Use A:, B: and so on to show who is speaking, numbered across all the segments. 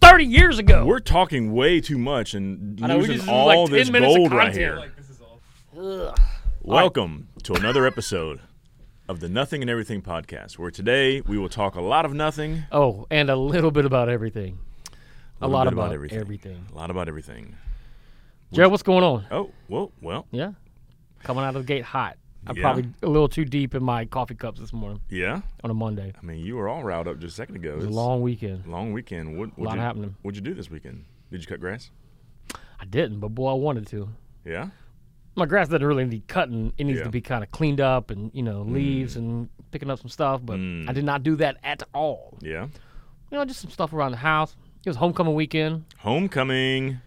A: 30 years ago.
B: We're talking way too much and
A: I know, we
B: losing
A: just- this is
B: all
A: like 10
B: this
A: minutes of
B: gold right
A: content.
B: here.
A: Like,
B: Welcome to another episode of the Nothing and Everything podcast, where today we will talk a lot of nothing,
A: Oh, and a little bit about everything. A,
B: little
A: lot
B: bit
A: about,
B: about everything.
A: everything.
B: a lot about everything.
A: Jared, what's going on?
B: Oh, well, well,
A: Yeah. Coming out of the gate hot. I'm
B: Yeah.
A: probably a little too deep in my coffee cups this morning
B: yeah.
A: on a Monday.
B: I mean, you were all riled up just a second ago.
A: It was a long weekend.
B: long weekend. What,
A: lot
B: you,
A: happening.
B: What'd you do this weekend? Did you cut grass?
A: I didn't, but boy, I wanted to.
B: Yeah.
A: My grass doesn't really need cutting. It needs
B: Yeah. Mm.
A: to be kind of cleaned up and, you know, leaves and picking up some stuff, but I did not do that at all.
B: Yeah.
A: You know, just some stuff around the house. It was homecoming weekend.
B: Homecoming,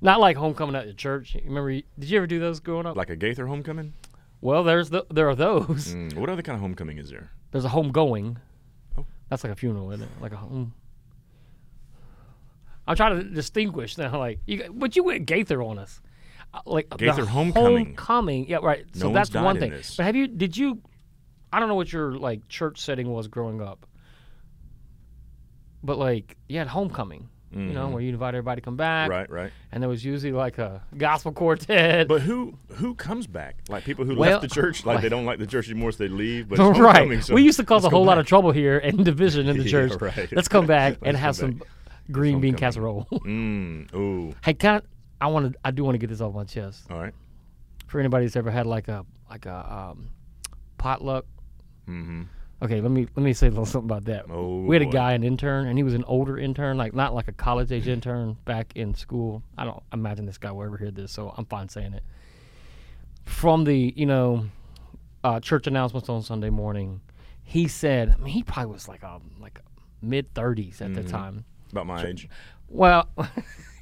A: Not like homecoming at the church. You Remember, you- did you ever do those growing up?
B: like a Gaither homecoming.
A: well, there's the, there are those.
B: Mm, what other kind of homecoming is there?
A: There's a homegoing.
B: Oh.
A: That's like a funeral, isn't it? Like a home. I'm trying to distinguish now. Like, you, but you went Gaither on us. Uh, Like the
B: Gaither homecoming.
A: Homecoming. Yeah, right. So
B: No one's
A: that's
B: died
A: one
B: in
A: thing.
B: this.
A: But have you? Did you? I don't know what your like church setting was growing up. But like, you had homecoming. You know, where you invite everybody to come back,
B: Mm-hmm. Right, right.
A: and there was usually like a gospel quartet.
B: But who who comes back? Like people who
A: Well,
B: left the church, like they don't like the church anymore, so they leave. But it's homecoming,
A: right.
B: so
A: we used to cause
B: let's
A: a
B: go
A: whole lot
B: back.
A: of trouble here and division in the
B: Yeah,
A: church.
B: right.
A: Let's come back and have
B: Let's come
A: some green bean casserole.
B: Mm, ooh.
A: hey, kind of, I want to. I do want to get this off my chest
B: All right.
A: for anybody that's ever had like a like a um, potluck.
B: Mm-hmm.
A: Okay, let me let me say a little something about that.
B: Oh,
A: we had
B: boy.
A: a guy, an intern, and he was an older intern, like not like a college age intern back in school. I don't imagine this guy will ever hear this, so I'm fine saying it. From the you know uh, church announcements on Sunday morning, he said, I mean, he probably was like um like mid 30s at the time.
B: About my age.
A: Well, a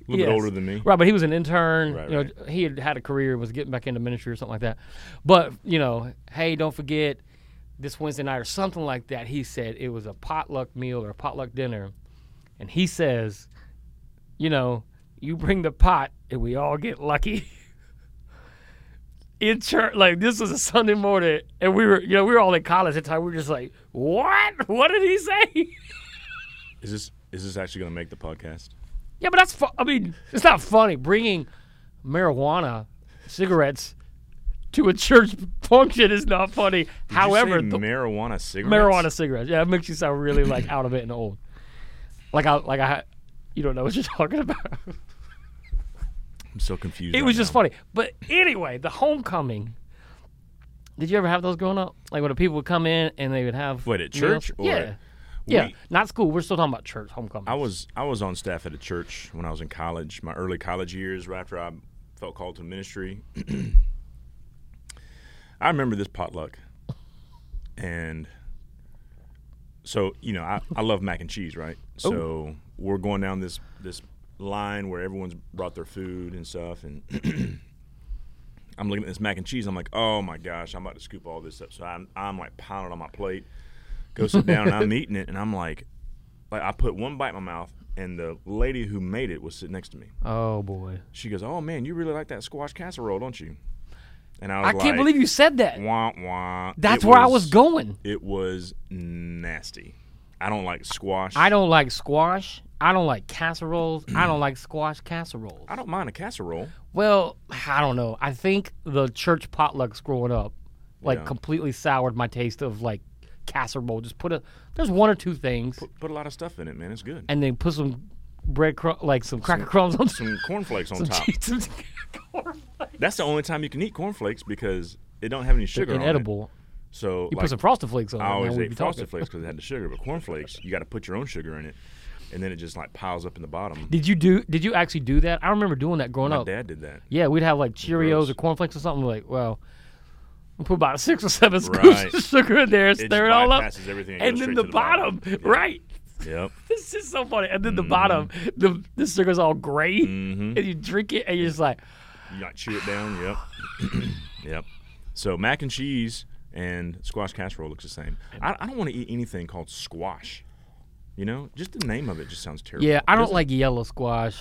B: Mm-hmm. A little bit older than me.
A: Right, but he was an intern.
B: Right,
A: you know, he had had a career, was getting back into ministry or something like that. But you know, hey, don't forget this Wednesday night or something like that. He said it was a potluck meal or a potluck dinner, and he says, you know, you bring the pot and we all get lucky. In church, like this was a Sunday morning, and we were, you know, we were all in college at the time. We were just like, "What? What did he say?"
B: Is this is this actually going to make the podcast?
A: Yeah, but that's. Fu- I mean, it's not funny bringing marijuana, cigarettes, to a church function is not funny.
B: Did you
A: However,
B: say
A: the
B: marijuana
A: marijuana
B: cigarettes.
A: cigarettes, yeah, it makes you sound really like out of it and old. Like I, like I, you don't know what you're talking about.
B: I'm so confused.
A: It
B: right
A: was just
B: now.
A: funny. But anyway, the homecoming. Did you ever have those growing up? Like when the people would come in and they would have
B: Wait, at
A: meals?
B: church or-
A: yeah, yeah,
B: We-
A: not school. We're still talking about church homecoming.
B: I was I was on staff at a church when I was in college, my early college years, right after I felt called to ministry. I remember this potluck, and so you know I, I love mac and cheese, right? So we're going down this this line where everyone's brought their food and stuff, and I'm looking at this mac and cheese. I'm like, oh my gosh, I'm about to scoop all this up. So I'm I'm like piling it on my plate. Go sit down, and I'm eating it, and I'm like, like I put one bite in my mouth, and the lady who made it was sitting next to me.
A: oh boy,
B: She goes, "Oh man, you really like that squash casserole, don't you?" And I was
A: I
B: like,
A: can't believe you said that.
B: Wah, wah.
A: That's
B: It
A: where I was going.
B: It was nasty. I don't like squash.
A: I don't like squash. I don't like casseroles. I don't like squash casseroles.
B: I don't mind a casserole.
A: Well, I don't know. I think the church potlucks growing up, like
B: Yeah.
A: completely soured my taste of like casserole. Just put a there's one or two things,
B: Put a lot of stuff in it, man. It's good.
A: and then put some bread crumb, like some cracker crumbs on
B: some cornflakes on
A: some
B: top.
A: cheese. some-
B: That's the only time you can eat cornflakes because it don't have any sugar. on it.
A: inedible.
B: So
A: You
B: like,
A: put some frosted flakes on. it,
B: I
A: now
B: always
A: we'd
B: ate
A: be talking.
B: frosted flakes because it had the sugar, but cornflakes you got to put your own sugar in it, and then it just like piles up in the bottom.
A: Did you do? Did you actually do that? I remember doing that growing
B: My
A: up.
B: dad did that.
A: Yeah, we'd have like Cheerios
B: Gross.
A: or cornflakes or something. Like, well, we put about six or seven scoops
B: Right.
A: of sugar in there,
B: just
A: stir it all up,
B: bypasses everything and
A: and
B: goes
A: then
B: straight
A: the
B: to the
A: bottom,
B: bottom. Mm-hmm.
A: right?
B: Yep.
A: This is so funny. And then the bottom, the the sugar's all gray,
B: Mm-hmm.
A: and you drink it, and you're just like,
B: You like chew it down. Yep. yep. So mac and cheese and squash casserole looks the same. I, I don't want to eat anything called squash. You know, just the name of it just sounds terrible.
A: yeah, I
B: It
A: don't
B: doesn't-
A: like yellow squash.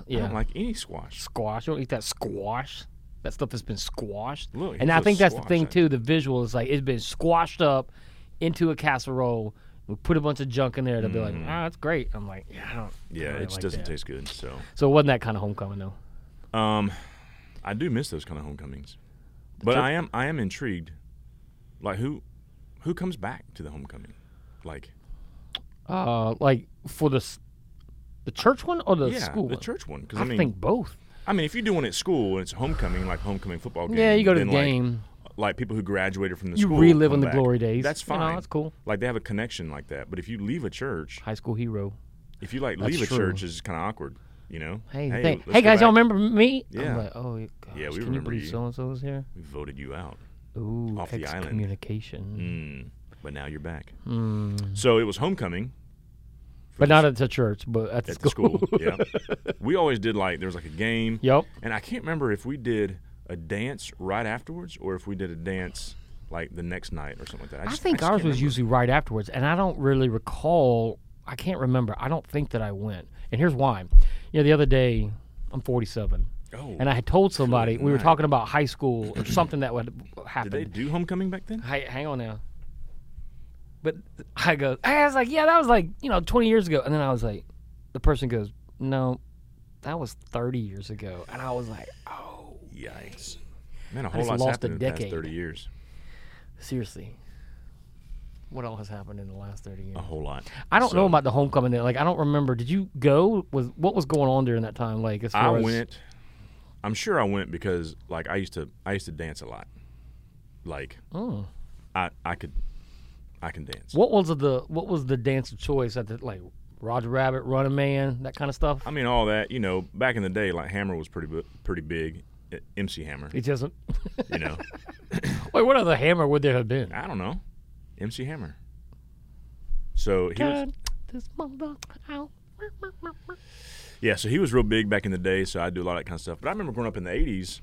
B: I
A: Yeah,
B: don't like any squash.
A: squash. You don't eat that squash. That stuff has been squashed.
B: Look,
A: and I
B: here's a
A: think that's the
B: squash,
A: thing
B: ain't
A: too. The visual is like it's been squashed up into a casserole, We put a bunch of junk in there. They'll be like,
B: Mm-hmm.
A: ah, that's great. I'm like, yeah, I don't.
B: Yeah,
A: really
B: it just
A: like
B: doesn't
A: that."
B: taste good. So
A: So it wasn't that kind of homecoming though.
B: um, I do miss those kind of homecomings, but
A: church-
B: I am I am intrigued. Like who who comes back to the homecoming? Like
A: Uh, like for the s- the church one or the
B: yeah,
A: school
B: the
A: one?
B: church one. Because
A: I,
B: I, mean,
A: think both.
B: I mean, if you're doing it at school and it's homecoming, like homecoming football game,
A: Yeah, you go to the
B: then, like,
A: game.
B: like people who graduated from the
A: You
B: school
A: relive
B: come
A: on the
B: back.
A: glory days.
B: That's
A: You know,
B: fine.
A: that's cool.
B: Like they have a connection like that. But if you leave a church,
A: High school hero.
B: if you like
A: That's
B: leave a
A: true.
B: church, it's kind of awkward. You know?
A: Hey, hey,
B: let's
A: hey
B: go
A: guys,
B: back.
A: y'all remember me?
B: Yeah.
A: I'm like, oh, yeah, gosh,
B: we
A: can you
B: remember
A: believe
B: you.
A: so and so was here?
B: We voted you out.
A: Ooh,
B: Off the island.
A: excommunication.
B: Mm, but now you're back.
A: Hmm.
B: So it was homecoming
A: But not at the church, but at the
B: at
A: school.
B: the school. yeah. We always did like there was like a game.
A: Yep.
B: And I can't remember if we did a dance right afterwards or if we did a dance like the next night or something like that.
A: I
B: just-
A: think
B: just
A: ours
B: can't
A: was
B: remember.
A: usually right afterwards, and I don't really recall. I can't remember. I don't think that I went. And here's why. You know, the other day, I'm 47,
B: Oh,
A: and I had told somebody we were
B: night.
A: talking about high school or something that would happen.
B: did they do homecoming back then?
A: Hi- hang on now. But I go, I was like, yeah, that was like, you know, 20 years ago. And then I was like, the person goes, no, that was 30 years ago. And I was like, oh,
B: Yikes. Man, a whole
A: just
B: lot's
A: lost a
B: happened in the past
A: decade.
B: 30 years.
A: seriously. What all has happened in the last 30 years?
B: A whole lot.
A: I don't know
B: so-
A: about the homecoming. There. Like, I don't remember. Did you go? Was What was going on during that time? Like, as
B: I
A: far as,
B: went. I'm sure I went because like I used to I used to dance a lot. Like
A: Mm.
B: I I could I can dance.
A: What was the what was the dance of choice at the like Roger Rabbit, Running Man, that kind of stuff?
B: I mean all that, you know, back in the day like Hammer was pretty bu- pretty big. uh, MC Hammer,
A: It doesn't.
B: you know.
A: Wait, what other hammer would there have been?
B: I don't know. MC Hammer. So he was
A: God, this mother out.
B: Yeah, so he was real big back in the day, so I do a lot of that kind of stuff. But I remember growing up in the '80s,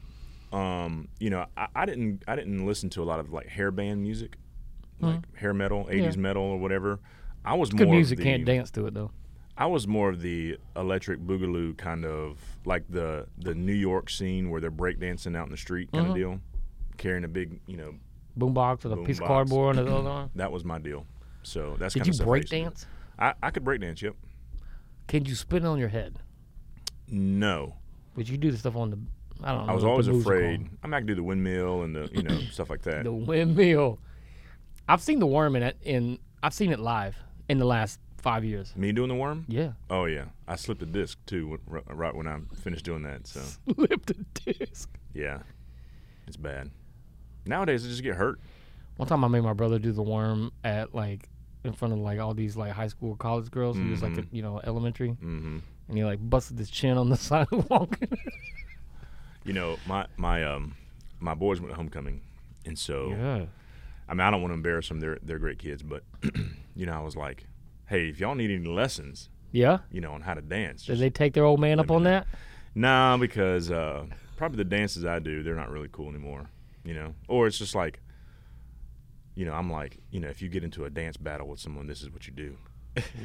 B: um, you know, I, I didn't I didn't listen to a lot of like hair band music, like hair metal, '80s metal or whatever. I was
A: Good
B: more of
A: music
B: the,
A: can't dance to it though.
B: I was more of the electric boogaloo kind of like the the New York scene where they're breakdancing out in the street kind
A: Mm-hmm.
B: of deal, carrying a big you know
A: Boombox with a piece of
B: Boombox.
A: cardboard and the other one.
B: that was my deal. So that's
A: Did
B: kinda
A: you
B: stuff I
A: break
B: used to do.
A: dance?
B: I, I could breakdance. Yep.
A: Can you spin on your head?
B: No,
A: Would you do the stuff on the? I don't know.
B: I was
A: what Oh, the
B: always
A: moves are called.
B: afraid. I'm not gonna do the windmill and the you know stuff like that.
A: The windmill. I've seen the worm in it. In I've seen it live in the last five years.
B: Me doing the worm?
A: Yeah,
B: Oh yeah, I slipped a disc too w- r- right when I finished doing that. So
A: flipped a disc.
B: yeah, it's bad. Nowadays, I just get hurt.
A: One time I made my brother do the worm at like in front of like all these like high school college girls. He was like
B: Mm-hmm.
A: a, you know elementary,
B: hmm
A: and he like busted his chin on the sidewalk.
B: You know, my my um my boys went to homecoming, and so
A: yeah.
B: I mean I don't want to embarrass them. They're they're great kids, but you know I was like, hey, if y'all need any lessons,
A: Yeah.
B: you know, on how to dance,
A: Did
B: just,
A: they take their old man up on that?
B: nah, because uh, probably the dances I do, they're not really cool anymore. You know, or it's just like, you know, I'm like, you know, if you get into a dance battle with someone, this is what you do.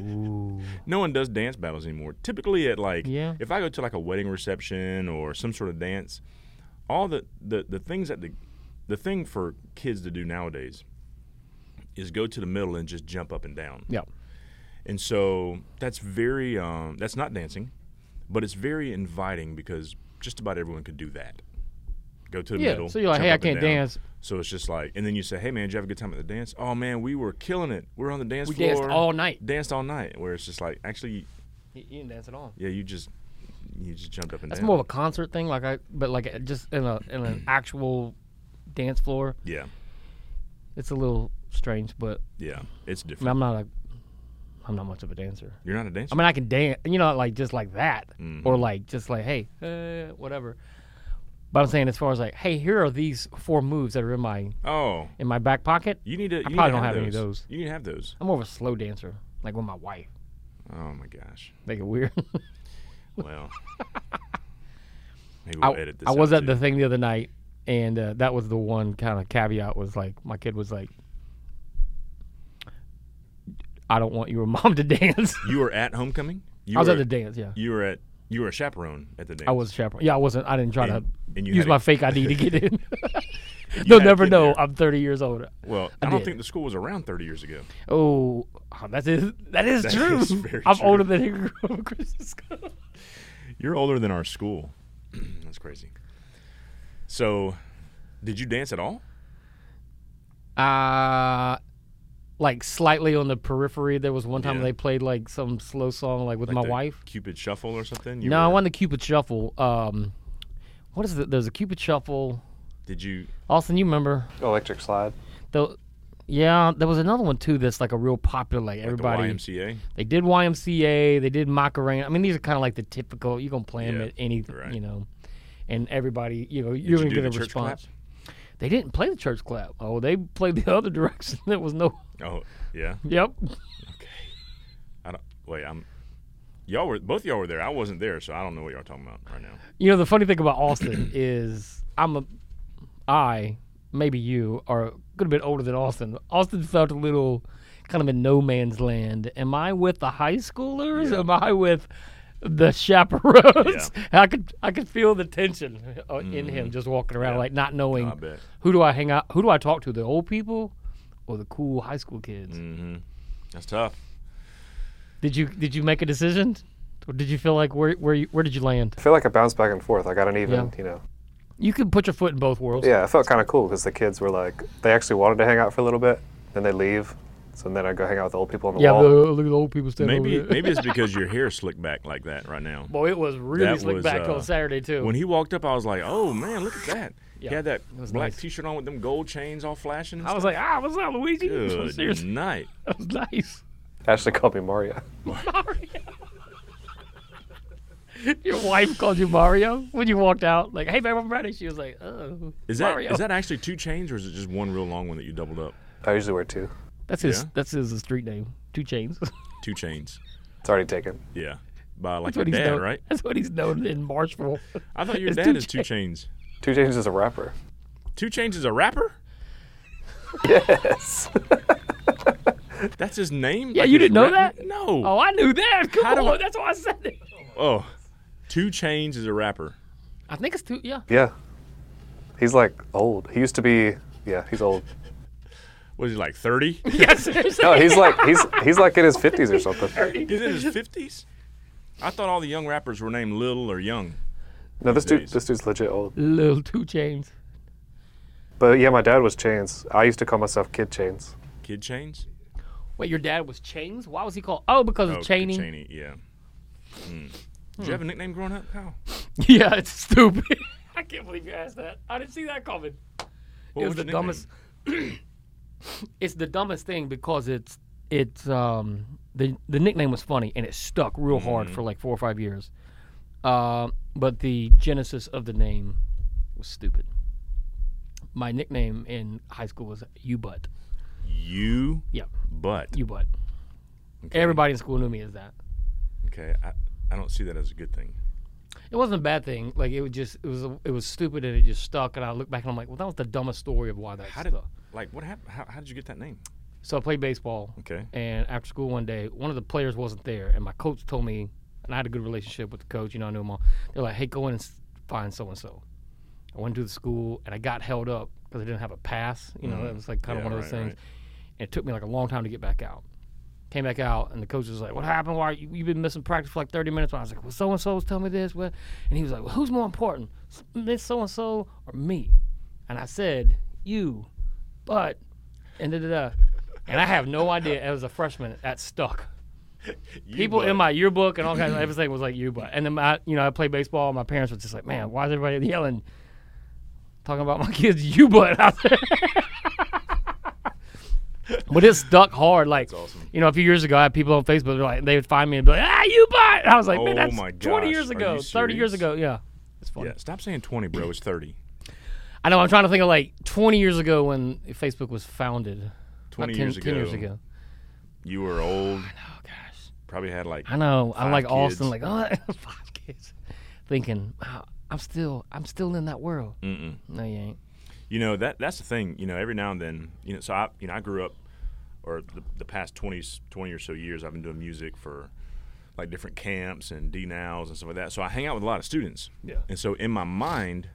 A: Ooh.
B: no one does dance battles anymore. Typically, at like
A: Yeah.
B: if I go to like a wedding reception or some sort of dance, all the the, the things that the the thing for kids to do nowadays is go to the middle and just jump up and down.
A: Yep.
B: And so that's very um, that's not dancing, but it's very inviting because just about everyone could do that. Go to the
A: Yeah.
B: middle.
A: So you're like,
B: jump
A: hey, I
B: up and
A: can't
B: down."
A: dance.
B: So it's just like, and then you say, hey man, did you have a good time at the dance? Oh man, we were killing it. We were on the dance
A: We
B: floor.
A: danced all night.
B: Danced all night. Where it's just like, actually,
A: You didn't dance at all.
B: Yeah, you just you just jumped up and
A: That's
B: down.
A: more of a concert thing, like I, but like it- just in a in an actual dance floor.
B: yeah,
A: It's a little strange, but
B: yeah,
A: I
B: it's
A: mean,
B: different.
A: I'm not a, I'm not much of a dancer.
B: You're not a dancer.
A: I mean, I can dance, you know, like just like that,
B: Mm-hmm.
A: or like just like hey, eh, whatever. But I'm saying as far as like, hey, here are these four moves that are in my
B: oh,
A: in my back pocket.
B: you need to. You need to
A: probably don't have any of those.
B: You need to have those.
A: I'm more of a slow dancer, like with my wife.
B: Oh my gosh.
A: Make it weird.
B: Well, maybe
A: I,
B: we'll edit this.
A: I
B: out,
A: was at
B: too.
A: the thing the other night, and uh, that was the one kind of caveat was like my kid was like, "I don't want your mom to dance."
B: You were at homecoming. You
A: I was
B: were,
A: at the dance. Yeah,
B: You were at. You were a chaperone at the dance.
A: I was chaperone. Yeah, I wasn't. I didn't try
B: And-
A: to
B: and you
A: use
B: had a-
A: my fake ID to get in.
B: You
A: They'll
B: had a
A: never
B: kid
A: know.
B: there.
A: I'm 30 years old.
B: Well, I, don't
A: did.
B: think the school was around 30 years ago.
A: Oh, Oh, that is that is
B: That
A: true.
B: is very
A: I'm
B: true.
A: older than Hickory Grove Christian School.
B: You're older than our school. That's crazy. So, did you dance at all?
A: Uh like slightly on the periphery. There was one time
B: Yeah.
A: they played like some slow song like with
B: Like
A: my
B: the
A: wife.
B: Cupid Shuffle or something? You
A: No, I
B: were-
A: won the Cupid Shuffle. Um what is it? There's a Cupid Shuffle.
B: Did you?
A: Austin, you remember?
C: Electric slide.
A: The yeah, there was another one too that's like a real popular like
B: Like
A: everybody
B: The YMCA.
A: They did YMCA. They did Macarena. I mean, these are kind of like the typical. You gonna play them
B: Yeah,
A: at any,
B: right.
A: you know, and everybody, you know,
B: Did
A: you're
B: you
A: gonna
B: do
A: get
B: the
A: a
B: church
A: response. They didn't play the church clap. Oh, they played the other direction. There was no.
B: clap? Oh, yeah.
A: Yep.
B: Okay. I don't. Wait, I'm. Y'all were both y'all were there. I wasn't there, so I don't know what y'all talking about right now.
A: You know, the funny thing about Austin is I'm a, I maybe you are a good bit older than Austin. Austin felt a little kind of in no man's land. Am I with the high schoolers? Am I with the chaperones? I could I could feel the tension uh, in him just walking around, like not knowing
B: Mm. I bet.
A: who do I hang out, who do I talk to, the old people or the cool high school kids.
B: Mm. That's tough.
A: Did you did you make a decision? Or did you feel like where where you, where did you land?
C: I feel like I bounced back and forth. I got an even,
A: Yeah.
C: you know.
A: You could put your foot in both worlds.
C: Yeah, I felt kind of cool because the kids were like, they actually wanted to hang out for a little bit, then they leave. So then I go hang out with the old people on the
A: Yeah,
C: wall.
A: look, look at the old people standing over
B: Maybe
A: there.
B: maybe it's because your hair slicked back like that right now.
A: Boy, it was really
B: That
A: slick
B: was,
A: back
B: uh,
A: on Saturday too.
B: When he walked up, I was like, "Oh man, look at that!
A: Yeah,
B: He had that
A: was
B: black
A: nice.
B: T-shirt on with them gold chains all flashing." And
A: I was
B: stuff.
A: like, ah, what's up, Luigi?
B: "Good
A: Seriously,
B: night."
A: that was nice.
C: Ashley called me Mario.
A: Your wife called you Mario when you walked out. Like, hey, babe, I'm ready. She was like, oh,
B: Is that is
A: Mario.
B: that actually two chains, or is it just one real long one that you doubled up?
C: I usually wear two.
A: that's his.
B: yeah.
A: That's his street name. Two Chains. That's
B: Two chains.
C: It's already taken.
B: Yeah, by like your
A: what he's
B: dad,
A: known.
B: right?
A: That's what he's known in Marshville.
B: I thought your
A: It's
B: dad
A: Two
B: is two chains.
C: Two Chains is a rapper.
B: Two chains is a rapper.
C: Yes.
B: That's his name.
A: Yeah, you
B: his
A: didn't know
B: rap-
A: that?
B: No.
A: oh, I knew that. Come
B: How do
A: on,
B: I-
A: that's why I said it.
B: Oh, Two Chains is a rapper.
A: I think it's two. Yeah,
C: yeah. He's like old. He used to be. Yeah, he's old.
B: Was he like 30?
A: yeah, seriously.
C: No, he's like he's he's like in his fifties or something.
B: He's in his 50s? I thought all the young rappers were named Little or Young.
C: No, this dude
B: Days.
C: this dude's legit old.
A: Little Two Chains.
C: But yeah, my dad was Chains. I used to call myself Kid Chains.
B: Kid Chains?
A: Wait, your dad was Chains? Why was he called? Oh, because
B: Oh,
A: of
B: Kid
A: chaining.
B: Chaney, yeah. Hmm. Did you have a nickname growing up, Kyle?
A: Yeah, it's stupid. I can't believe you asked that. I didn't see that coming.
B: What
A: it
B: was
A: was the
B: your nickname?
A: dumbest. it's the dumbest thing because it's it's um the the nickname was funny and it stuck real hard
B: Mm-hmm.
A: for like four or five years, uh, but the genesis of the name was stupid. My nickname in high school was U Butt.
B: You
A: Yeah,
B: Butt.
A: U Butt. Everybody in school knew me as that.
B: Okay, I, I don't see that as a good thing.
A: It wasn't a bad thing. Like it was just it was it was stupid and it just stuck. And I look back and I'm like, well, that was the dumbest story of why that
B: How
A: stuck.
B: did, like, what happened? How, how did you get that name?
A: So I played baseball.
B: Okay.
A: And after school one day, one of the players wasn't there, and my coach told me, and I had a good relationship with the coach. You know, I knew him all. They're like, "Hey, go in and s- find so and so." I went to the school, and I got held up because I didn't have a pass. You know, it was like kind of
B: Mm. Yeah,
A: one of those
B: right,
A: things.
B: right.
A: And it took me like a long time to get back out. Came back out, and the coach was like, "What happened? Why you, you've been missing practice for like 30 minutes?" And I was like, "Well, so and so was telling me this." What? And he was like, "Well, who's more important, s- this so and so or me?" And I said, "You," but and da da da. And I have no idea. It was a freshman that stuck.
B: You
A: People
B: Butt.
A: in my yearbook and all kinds of everything was like you, but and then my, you know I played baseball. And my parents were just like, man, why is everybody yelling, talking about my kids you butt out there? but it stuck hard. Like
B: awesome.
A: you know, a few years ago, I had people on Facebook. They're like, they would find me and be like, ah, you butt. And I was like, man,
B: Oh
A: that's
B: my
A: twenty
B: gosh,
A: years
B: are
A: ago,
B: you
A: thirty years
B: serious?
A: ago. Yeah, it's funny.
B: Yeah, stop saying 20, bro. It's 30.
A: I know. I'm trying to think of like twenty years ago when Facebook was founded. About
B: 20
A: 10
B: years
A: 10 years
B: ago.
A: ago.
B: You were old,
A: Oh gosh.
B: probably had like
A: I know. I'm
B: Five
A: like
B: kids.
A: Austin, like oh, five kids, thinking wow, I'm still, I'm still in that world. Mm-mm. No, you ain't.
B: You know that that's the thing. You know, every now and then, you know. So I, you know, I grew up, or the, the past 20, 20 or so years, I've been doing music for like different camps and D nows and stuff like that. So I hang out with a lot of students.
A: Yeah.
B: And so in my mind,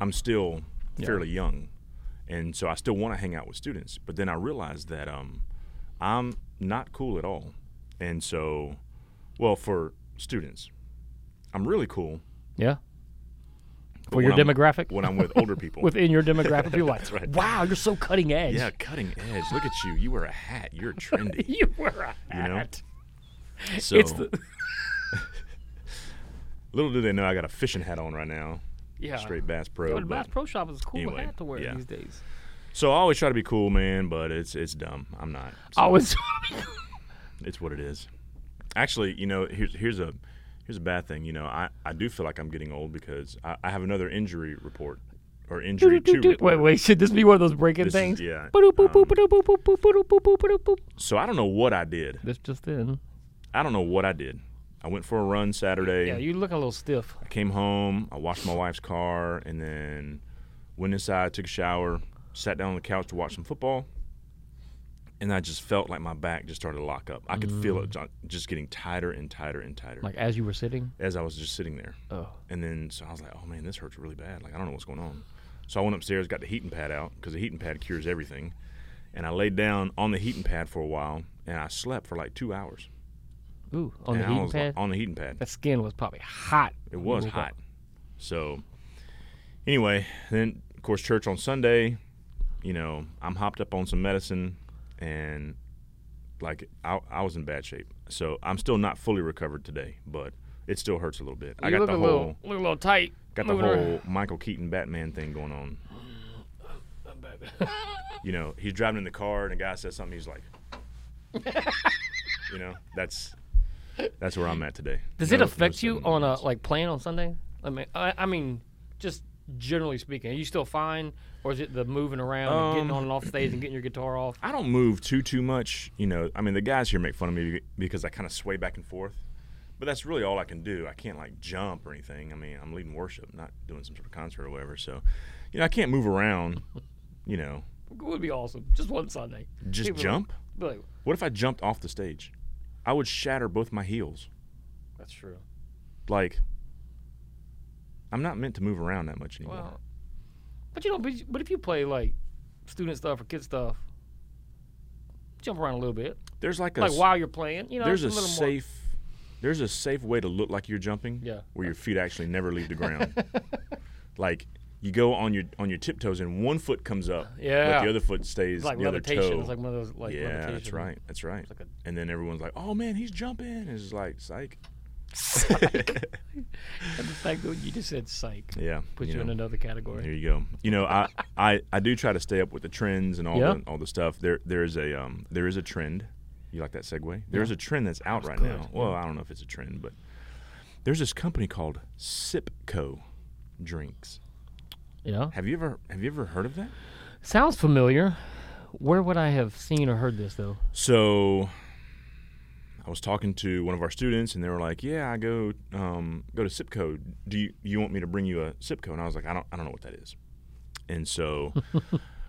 B: I'm still fairly young, and so I still want to hang out with students. But then I realized that um, I'm not cool at all. And so, well, for students, I'm really cool.
A: Yeah.
B: but
A: For
B: when
A: your
B: I'm-
A: demographic?
B: When I'm with older people.
A: Within your demographic, people are like,
B: right.
A: wow, you're so cutting edge.
B: yeah, cutting edge. Look at you. You wear a hat. You're trendy.
A: You were a
B: You know?
A: hat.
B: So,
A: It's the,
B: little do they know I got a fishing hat on right now.
A: yeah.
B: Straight Bass Pro.
A: Yo, the
B: but-
A: Bass Pro Shop is a cool
B: anyway,
A: hat to wear
B: yeah.
A: these days.
B: So I always try to be cool, man, but it's it's dumb. I'm not. So
A: I was.
B: It's what it is. Actually, you know, here's here's a here's a bad thing. You know, I, I do feel like I'm getting old because I, I have another injury report or injury to report.
A: wait, wait, should this be one of those breaking
B: This is-
A: things?
B: yeah,
A: Ba-doop, boop, boop, ba-doop, boop, boop, boop, ba-doop, boop, boop, ba-doop, boop.
B: So I don't know what I did.
A: This just in.
B: I don't know what I did. I went for a run Saturday.
A: Yeah, you look a little stiff.
B: I came home. I washed my wife's car, and then went inside, took a shower, sat down on the couch to watch some football. And I just felt like my back just started to lock up. I could feel it ju- just getting tighter and tighter and tighter
A: Mm. Like as you were sitting.
B: as I was just sitting there.
A: Oh.
B: And then so I was like, oh man, this hurts really bad. Like I don't know what's going on. So I went upstairs, got the heating pad out because the heating pad cures everything. And I laid down on the heating pad for a while, and I slept for like two hours.
A: Ooh, on
B: and
A: the
B: I
A: heating
B: was like-
A: pad.
B: on the heating pad.
A: that skin was probably hot.
B: It
A: when you
B: was
A: woke up.
B: hot. So anyway, then of course church on Sunday. You know, I'm hopped up on some medicine, and like I, I was in bad shape. So I'm still not fully recovered today, but it still hurts a little bit. I
A: You
B: got
A: look
B: the
A: a
B: whole.
A: little, look a little tight.
B: Got the
A: moving
B: whole
A: around.
B: Michael Keaton Batman thing going on. you know, he's driving in the car and a guy says something. He's like, you know, that's that's where I'm at today.
A: Does
B: No-
A: it
B: no
A: affect you
B: sudden
A: on a
B: movements.
A: like playing on Sunday? I mean, I, I mean, just generally speaking, are you still fine, or is it the moving around, and getting
B: Um,
A: on and off stage, and getting your guitar off?
B: I don't move too too much. You know, I mean, the guys here make fun of me because I kind of sway back and forth. But that's really all I can do. I can't like jump or anything. I mean, I'm leading worship, not doing some sort of concert or whatever. So, you know, I can't move around. You know,
A: It would be awesome. Just one Sunday.
B: just
A: People-
B: jump.
A: Be like,
B: What if I jumped off the stage? I would shatter both my heels.
A: That's true.
B: Like, I'm not meant to move around that much anymore.
A: Well, but you know, but, but if you play like student stuff or kid stuff, jump around a little bit,
B: there's like a
A: like
B: s-
A: while you're playing. You know,
B: there's a,
A: it's little more-
B: safe there's a safe way to look like you're jumping.
A: Yeah.
B: Where your feet actually never leave the ground. like you go on your on your tiptoes and one foot comes up,
A: Yeah.
B: but the other foot stays
A: It's like
B: the other
A: levitation.
B: toe.
A: It's like one of those like
B: yeah,
A: levitation.
B: that's right. That's right.
A: It's like a-
B: and then everyone's like, "Oh man, he's jumping!" And it's like, "Psych."
A: And the fact that you just said psych
B: Yeah.
A: puts you,
B: you know.
A: in another category.
B: There you go. You know, I, I, I do try to stay up with the trends and all
A: Yeah.
B: the all the stuff. There there is a um there is a trend. You like that segue? There's a trend that's out right
A: good,
B: now. Well, I don't know if it's a trend, but there's this company called Sipco drinks.
A: Yeah.
B: Have you ever have you ever heard of that?
A: Sounds familiar. Where would I have seen or heard this though?
B: So I was talking to one of our students and they were like, "Yeah, I go um, go to Sipco. Do you you want me to bring you a Sipco?" And I was like, "I don't I don't know what that is." And so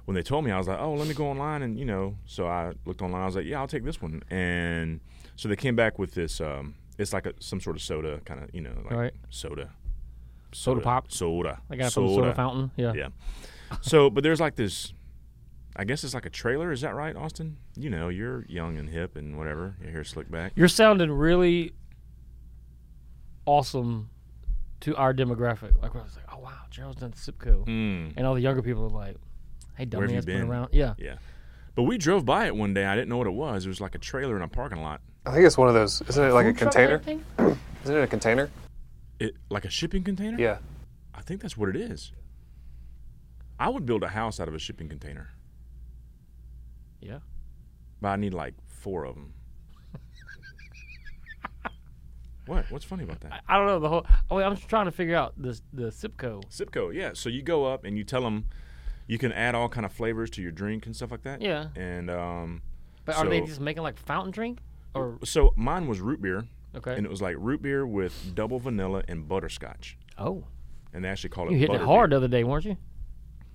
B: when they told me, I was like, "Oh, let me go online and you know." So I looked online. I was like, "Yeah, I'll take this one." And so they came back with this. Um, it's like a, some sort of soda, kind of you know, like
A: Right.
B: soda,
A: Soda pop?
B: soda.
A: Like out from the soda fountain. Yeah.
B: Yeah. So, but there's like this. I guess it's like a trailer. Is that right, Austin? You know, you're young and hip and whatever. Your hair slicked back.
A: You're sounding really awesome to our demographic. Like when I was like, oh wow, Gerald's done Sipco,
B: Mm.
A: and all the younger people are like, hey,
B: Where have
A: dummy,
B: you
A: that's been
B: been?
A: around. Yeah.
B: Yeah. But we drove by it one day. I didn't know what it was. It was like a trailer in a parking lot.
C: I think it's one of those. Isn't it like a
A: Food truck
C: container?
A: thing?
C: Isn't it a container?
B: It like a shipping container.
C: Yeah.
B: I think that's what it is. I would build a house out of a shipping container,
A: Yeah.
B: but I need like four of them. what? What's funny about that?
A: I don't know the whole. Oh, wait, I'm just trying to figure out this the Sipco.
B: Sipco, yeah. So you go up and you tell them you can add all kind of flavors to your drink and stuff like that.
A: Yeah.
B: And um,
A: But are they
B: So-
A: just making like fountain drink? Or
B: so mine was root beer,
A: okay.
B: and it was like root beer with double vanilla and butterscotch,
A: oh,
B: and they actually call it.
A: you hit it
B: butter
A: hard
B: beer.
A: the other day, weren't you?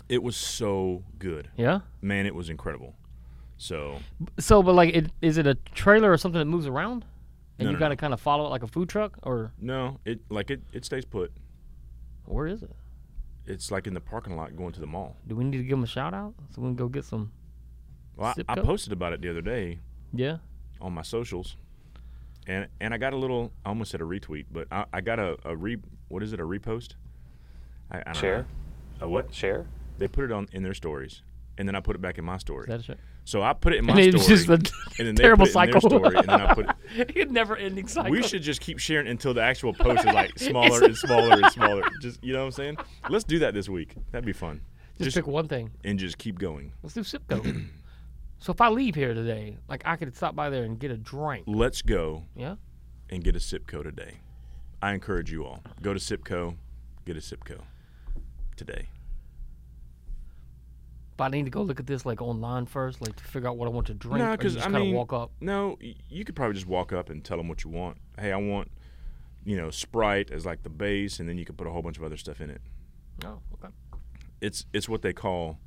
B: It was so good,
A: Yeah.
B: man. It was incredible. So
A: So, but like, it, is it a trailer or something that moves around, and
B: No,
A: you
B: no,
A: gotta kind of follow it like a food truck, or
B: no, it like it it stays put.
A: where is it?
B: It's like in the parking lot going to the mall.
A: Do we need to give them a shout out so we can go get some?
B: Well, I, I
A: Sipco?
B: posted about it the other day.
A: Yeah.
B: on my socials, and and I got a little. I almost said a retweet, but I, I got a, a re. What is it? A repost? I, I don't
C: Share?
B: Know. A what?
C: Share?
B: They put it on in their stories, and then I put it back in my story.
A: Is that a shirt?
B: so I put it in my
A: And
B: story,
A: it's just a
B: and then they
A: terrible
B: put it in their
A: cycle.
B: story, and then I put. It,
A: It never ending cycle.
B: we should just keep sharing until the actual post is like smaller and smaller and smaller. Just you know what I'm saying? Let's do that this week. That'd be fun.
A: just pick one thing.
B: and just keep going.
A: Let's do Sipco. so if I leave here today, like I could stop by there and get a drink.
B: Let's go
A: Yeah.
B: and get a Sipco today. I encourage you all. Go to Sipco, get a Sipco today.
A: But I need to go look at this like online first, like to figure out what I want to drink.
B: No,
A: or you
B: 'cause,
A: just
B: I
A: kinda
B: mean-
A: walk up.
B: No, y- you could probably just walk up and tell them what you want. Hey, I want, you know, Sprite as like the base, and then you can put a whole bunch of other stuff in it.
A: Oh, okay.
B: It's it's what they call,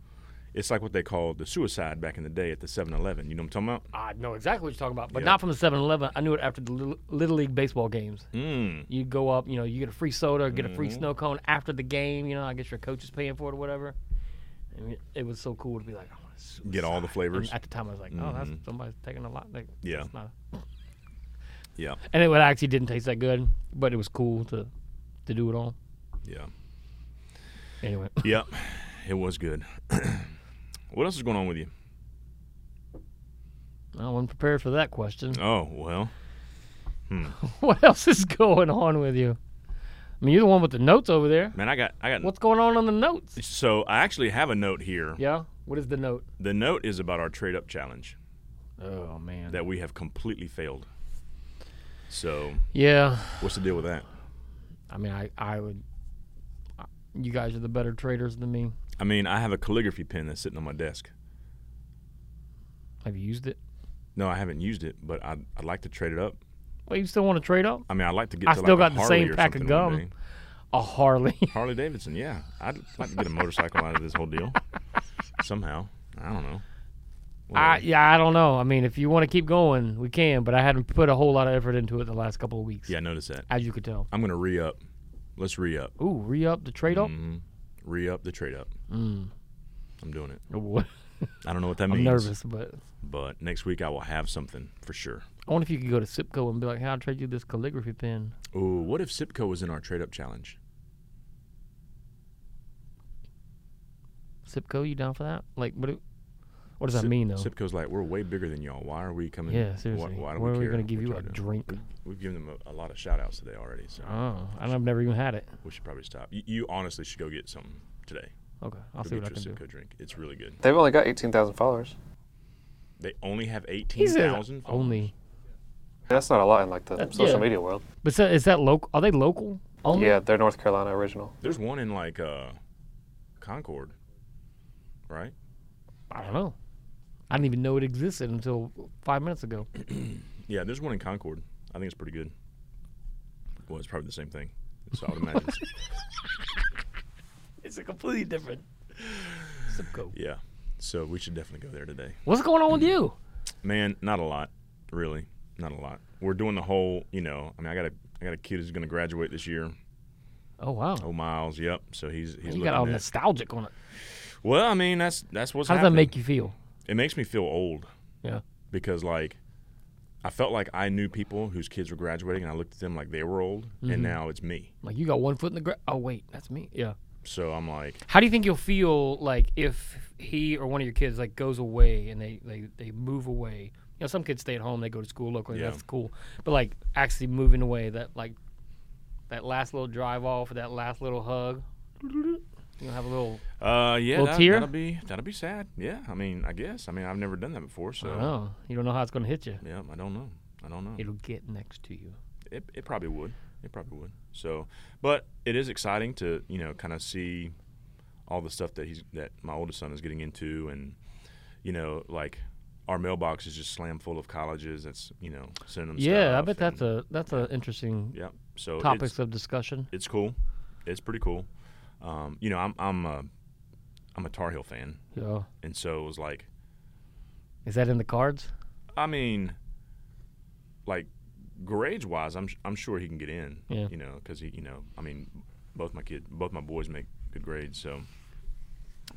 B: it's like what they called the suicide back in the day at the 7-Eleven. You know what I'm talking about?
A: I know exactly what you're talking about, but
B: Yeah.
A: not from the 7-Eleven. I knew it after the Little, Little League baseball games.
B: Mm.
A: You go up, you know, you get a free soda, get a free
B: Mm-hmm.
A: snow cone after the game. You know, I guess your coach is paying for it or whatever. And it- it was so cool to be like, I want to
B: Get all the flavors.
A: At the time, I was like, oh, that's somebody's taking a lot. Like,
B: Yeah.
A: that's not-
B: Yeah,
A: and it actually didn't taste that good, but it was cool to to do it all.
B: yeah.
A: Anyway,
B: Yep, it was good. what else is going on with you?
A: I wasn't prepared for that question.
B: Oh well,
A: what else is going on with you? I mean, you're the one with the notes over there.
B: man, I got I got.
A: What's going on on the notes?
B: So I actually have a note here.
A: Yeah. What is the note?
B: The note is about our trade up challenge
A: Oh man.
B: that we have completely failed. So
A: yeah.
B: what's the deal with that?
A: I mean, I I would. You guys are the better traders than me.
B: I mean, I have a calligraphy pen that's sitting on my desk.
A: Have you used it?
B: No, I haven't used it, but I'd, I'd like to trade it up.
A: Well, you still want to trade up?
B: I mean, I'd like to get.
A: I
B: to
A: still
B: like
A: got
B: a
A: the
B: Harley
A: same
B: or
A: pack of
B: something one
A: gum.
B: day.
A: A Harley.
B: Harley Davidson, yeah. I'd like to get a motorcycle out of this whole deal somehow. I don't know.
A: I,
B: Whatever.
A: yeah, I don't know. I mean, if you want to keep going, we can. But I hadn't put a whole lot of effort into it the last couple of weeks.
B: yeah, notice that.
A: As you could tell.
B: I'm gonna re up. Let's re up.
A: Ooh, re up the trade up.
B: hmm Re up the trade up. I'm doing it.
A: Oh,
B: I don't know what that
A: Mm. I'm
B: Mm. means.
A: nervous, but
B: But next week I will have something for sure.
A: I wonder if you could go to Sipco and be like, "Hey, I'll trade you this calligraphy pen."
B: Ooh, what if Sipco was in our trade up challenge?
A: Sipco, you down for that? Like, what? Do, what does that
B: Sip-
A: mean, though?
B: Sipco's like, we're way bigger than y'all. Why are we coming?
A: yeah,
B: why-
A: seriously.
B: Why, do
A: Where
B: we
A: are we
B: care
A: going to give
B: what
A: you
B: y'all
A: a
B: do?"
A: drink?
B: We've given them a, a lot of shout outs today already, so
A: Oh, and I've never even had it.
B: we should probably stop. You, you honestly should go get something today.
A: Okay, I'll
B: Go
A: see
B: get
A: what I
B: your
A: can do.
B: Sipco drink. It's really good.
C: They've only got 18,000 followers.
B: They only have
A: He
B: eighteen
A: said
B: thousand.
A: only.
C: That's not a lot in like the
A: That's-
C: social
A: yeah.
C: media world.
A: But so, is that local? Are they local? Only?
C: Yeah, they're North Carolina original.
B: There's one in like uh, Concord, right?
A: I don't know. I didn't even know it existed until five minutes ago.
B: Yeah, there's one in Concord. I think it's pretty good. Well, it's probably the same thing. So I would imagine. it's-
A: It's a completely different Sipco.
B: Yeah. So we should definitely go there today.
A: What's going on with you?
B: Man, not a lot, really. Not a lot. We're doing the whole, you know. I mean, I got a, I got a kid who's going to graduate this year.
A: Oh wow,
B: Oh, Miles. Yep. So he's he's
A: you
B: looking
A: got all
B: at-
A: nostalgic on it.
B: Well, I mean, that's that's what's
A: How does that
B: happening.
A: make you feel?
B: It makes me feel old.
A: Yeah.
B: Because like, I felt like I knew people whose kids were graduating, and I looked at them like they were old, and now it's me.
A: Like you got one foot in the ground. Oh wait, that's me. Yeah.
B: So I'm like,
A: How do you think you'll feel like if he or one of your kids like goes away and they they, they move away? You know, some kids stay at home, they go to school locally,
B: Yeah.
A: that's cool. But like actually moving away, that like that last little drive off, that last little hug. You'll have a little
B: uh, yeah,
A: Little
B: that,
A: tear?
B: that'll be that'll be sad. Yeah. I mean, I guess. I mean, I've never done that before, so.
A: I don't know. You don't know how it's gonna hit you.
B: Yeah, I don't know. I don't know.
A: It'll get next to you.
B: it, it probably would. It probably would. So, but it is exciting to you know kind of see all the stuff that he's that my oldest son is getting into, and you know like our mailbox is just slammed full of colleges. That's you know sending them.
A: yeah, I
B: stuff
A: bet that's
B: and-
A: a that's an interesting
B: yeah. So
A: topics
B: It's,
A: of discussion.
B: it's cool. It's pretty cool. Um, you know, I'm I'm a I'm a Tar Heel fan,
A: Yeah.
B: and so it was like
A: Is that in the cards?
B: I mean, like grades wise, I'm I'm sure he can get in.
A: Yeah.
B: You know, because he, you know, I mean, both my kid, both my boys make good grades. So,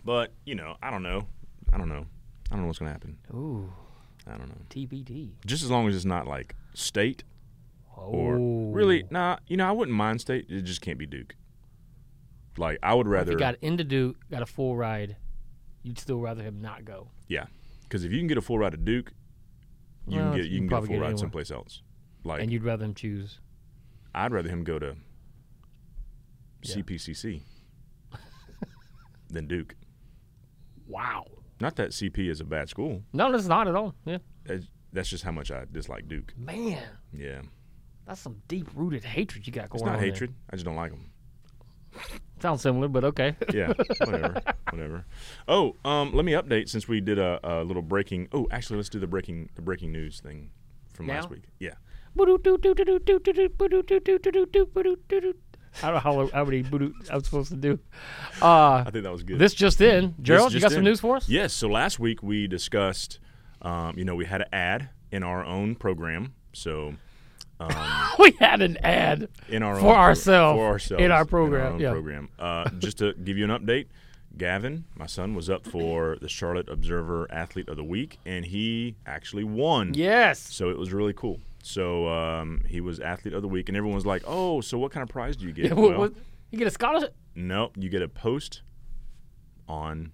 B: but you know, I don't know, I don't know, I don't know what's gonna happen.
A: Ooh.
B: I don't know.
A: TBD.
B: Just as long as it's not like state
A: Oh.
B: or really, nah. You know, I wouldn't mind state. It just can't be Duke. Like I would
A: If
B: rather
A: you got into Duke, got a full ride, you'd still rather him not go.
B: because if you can get a full ride to Duke, you
A: Well,
B: can get
A: you
B: you
A: can
B: can get a
A: probably
B: full
A: get
B: ride
A: anywhere.
B: someplace else. Like
A: and you'd rather him choose.
B: I'd rather him go to
A: Yeah.
B: CPCC than Duke.
A: Wow.
B: Not that CP is a bad school.
A: No, that's not at all. Yeah.
B: That's, that's just how much I dislike Duke.
A: Man,
B: Yeah,
A: that's some deep rooted hatred you got going
B: it's
A: on.
B: not
A: there.
B: hatred. I just don't like him.
A: Sounds similar, but okay.
B: Yeah, whatever, whatever. Oh, um, let me update since we did a, a little breaking. Oh, actually, let's do the breaking the breaking news thing from
A: Now?
B: last week. Yeah,
A: I don't know how, how many boodoo I'm supposed to do. Uh,
B: I think that was good.
A: this just in. Gerald, you
B: just
A: got some
B: in.
A: news for us?
B: Yes. So last week we discussed, um, you know, we had an ad in our own program. So
A: we had an ad.
B: in our
A: For
B: own pro-
A: ourself,
B: for ourselves
A: in our program,
B: own
A: yeah.
B: program. Uh, just to give you an update, Gavin, my son, was up for the Charlotte Observer Athlete of the Week, and he actually won.
A: Yes.
B: So it was really cool. So um, he was athlete of the week, and everyone's like, "Oh, so what kind of prize do you get?"
A: What-
B: well,
A: what- you get a scholarship?
B: no, you get a post on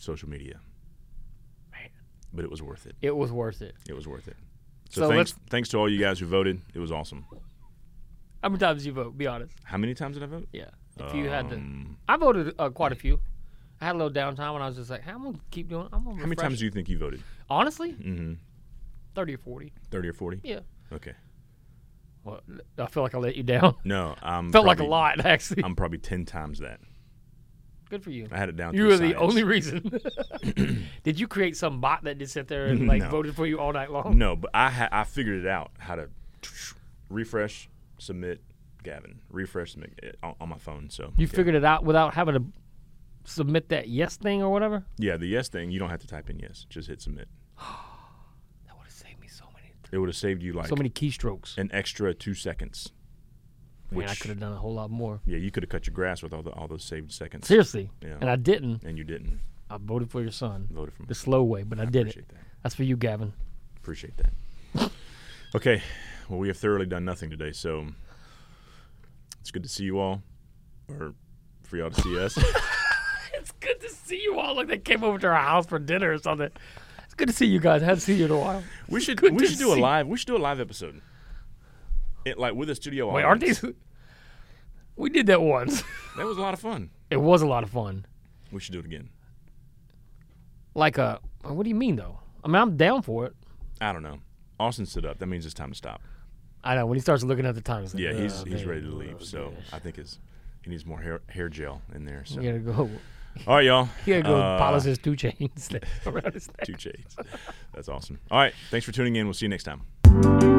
B: social media.
A: Man.
B: But it was worth it.
A: It was worth it.
B: It was worth it. So,
A: So
B: thanks, thanks to all you guys who voted. It was awesome.
A: How many times did you vote? Be honest.
B: How many times did I vote?
A: Yeah. If you had to.
B: Um,
A: I voted uh, quite a few. I had a little downtime when I was just like, hey, I'm going to keep doing I'm going to
B: how many times do you think you voted?
A: Honestly,
B: Mm-hmm.
A: 30 or 40.
B: Thirty or forty?
A: Yeah.
B: Okay.
A: Well, I feel like I let you down.
B: No, I'm
A: Felt like a
B: probably-
A: lot, actually.
B: I'm probably ten times that.
A: Good for you.
B: I had it down.
A: You
B: to
A: were
B: a
A: the
B: science.
A: only reason. Did you create some bot that just sat there and like
B: No.
A: voted for you all night long?
B: No, but I ha- I figured it out how to refresh, submit, Gavin, refresh, submit eh, on, on my phone. So
A: You
B: yeah.
A: figured it out without having to submit that yes thing or whatever.
B: Yeah, the yes thing. You don't have to type in yes. Just hit submit.
A: That would have saved me so many,
B: It would have saved you like
A: so many keystrokes.
B: an extra two seconds.
A: Man, I
B: which-
A: could have done a whole lot more.
B: Yeah, you could have cut your grass with all the, all those saved seconds,
A: Seriously,
B: Yeah.
A: and I didn't.
B: and you didn't.
A: I voted for your son
B: Voted from.
A: the slow way, but I, did it.
B: Appreciate that.
A: That's for you, Gavin.
B: Appreciate that. okay, well, we have thoroughly done nothing today, so it's good to see you all, or for y'all to see us.
A: It's good to see you all. Like they came over to our house for dinner or something. It's good to see you guys. I haven't seen you in a while.
B: we should
A: Good
B: we
A: to
B: should do a
A: see-
B: live we should do a live episode. It, like with a studio.
A: Wait, aren't
B: audience.
A: these? We did that once.
B: That was a lot of fun.
A: it was a lot of fun.
B: We should do it again.
A: like a what do you mean though i mean i'm down for it
B: I don't know. Austin stood up. That means it's time to stop.
A: i know when he starts looking at the time it's like,
B: Yeah, he's
A: "Oh,
B: he's
A: man,
B: ready to leave. So I think his he needs more hair hair gel in there. So
A: he gotta go
B: all right, y'all.
A: he gotta go
B: Uh,
A: polish his two chains around his neck
B: two shades. That's awesome. All right, thanks for tuning in. We'll see you next time.